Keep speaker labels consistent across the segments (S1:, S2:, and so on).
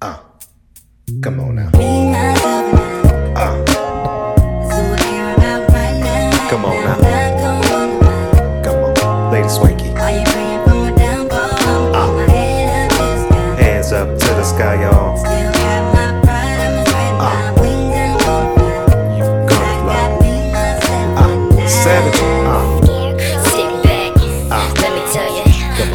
S1: Uh, come on now. Uh,
S2: Be my lover now. That's all I care about right now.
S1: Come on
S2: I'm
S1: now.
S2: not gonna wonder why.
S1: Come on, Lady Swanky.
S2: Are you praying for a downfall?
S1: Ah.
S2: Put my head up to the sky.
S1: Hands up to the sky, y'all.
S2: Still got my pride, I'ma spread
S1: Ah.
S2: my wings and go fly.
S1: Gonna
S2: I
S1: fly.
S2: got me, myself, and
S1: Uh,
S2: I.
S1: savage. Ah. Uh,
S3: Stick back. Let me tell you,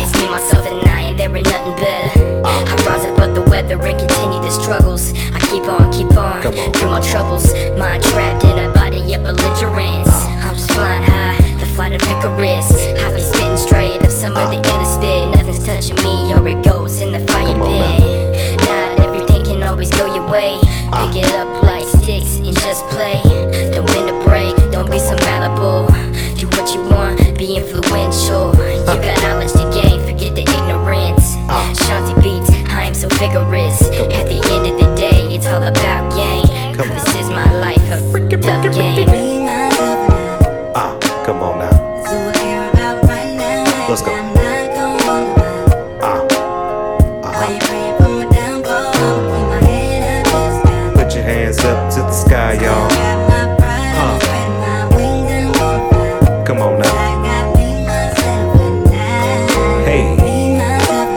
S3: it's me, myself, and I, and there ain't nothing better. I rise above the weather and continue the struggles. I keep on, keep on,
S1: Come on.
S3: through my troubles. Mind trapped in a body of belligerence. I'm just flying high, the flight of Icarus. I've been spitting straight up some of the interstate. Nothing's touching me, or it goes in the fire
S1: Come on
S3: pit. Not everything can always go your way.
S1: Ah.
S3: Pick it up like sticks and just play. Don't win the break, don't be so malleable. Do what you want, be influential. You got knowledge to gain, forget the ignorance. Shanti beats, I am so vigorous. At the end of the day, it's all about game.
S1: Come on.
S3: This is my life, a freaking tough game.
S2: Be my lover now.
S1: uh, come on now.
S2: That's all I care about right now.
S1: Let's go.
S2: I'm not gonna wonder why.
S1: Uh,
S2: Are you praying for a downfall? Keep my head up to the sky.
S1: put your hands up to the sky, y'all.
S2: Got my pride, I'ma
S1: Uh.
S2: spread my wings and go fly.
S1: Come on now.
S2: I got me, myself, and I.
S1: Hey,
S2: Be my lover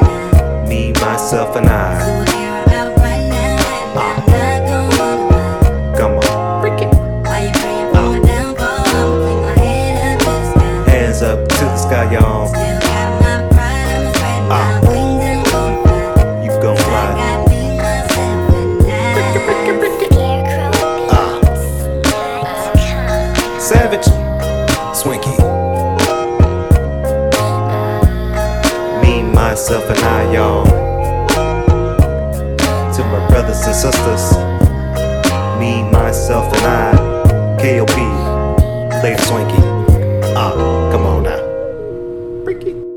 S2: now.
S1: me, myself, and I.
S2: That's all I care about right now. I'm not gonna wonder why.
S1: Come on,
S2: Why you praying for a downfall? I'ma keep my head up to the sky.
S1: hands up to the sky, y'all.
S2: Still got my pride, I'ma spread my wings and go fly.
S1: You gon'
S2: I
S1: fly.
S2: got me, myself, and I.
S1: Uh. Savage, Swinky. Me, myself, and I, y'all. To my brothers and sisters. Me, myself, and I. Uh, KOP, Lady Swinky. Ah, come on now. Freaky.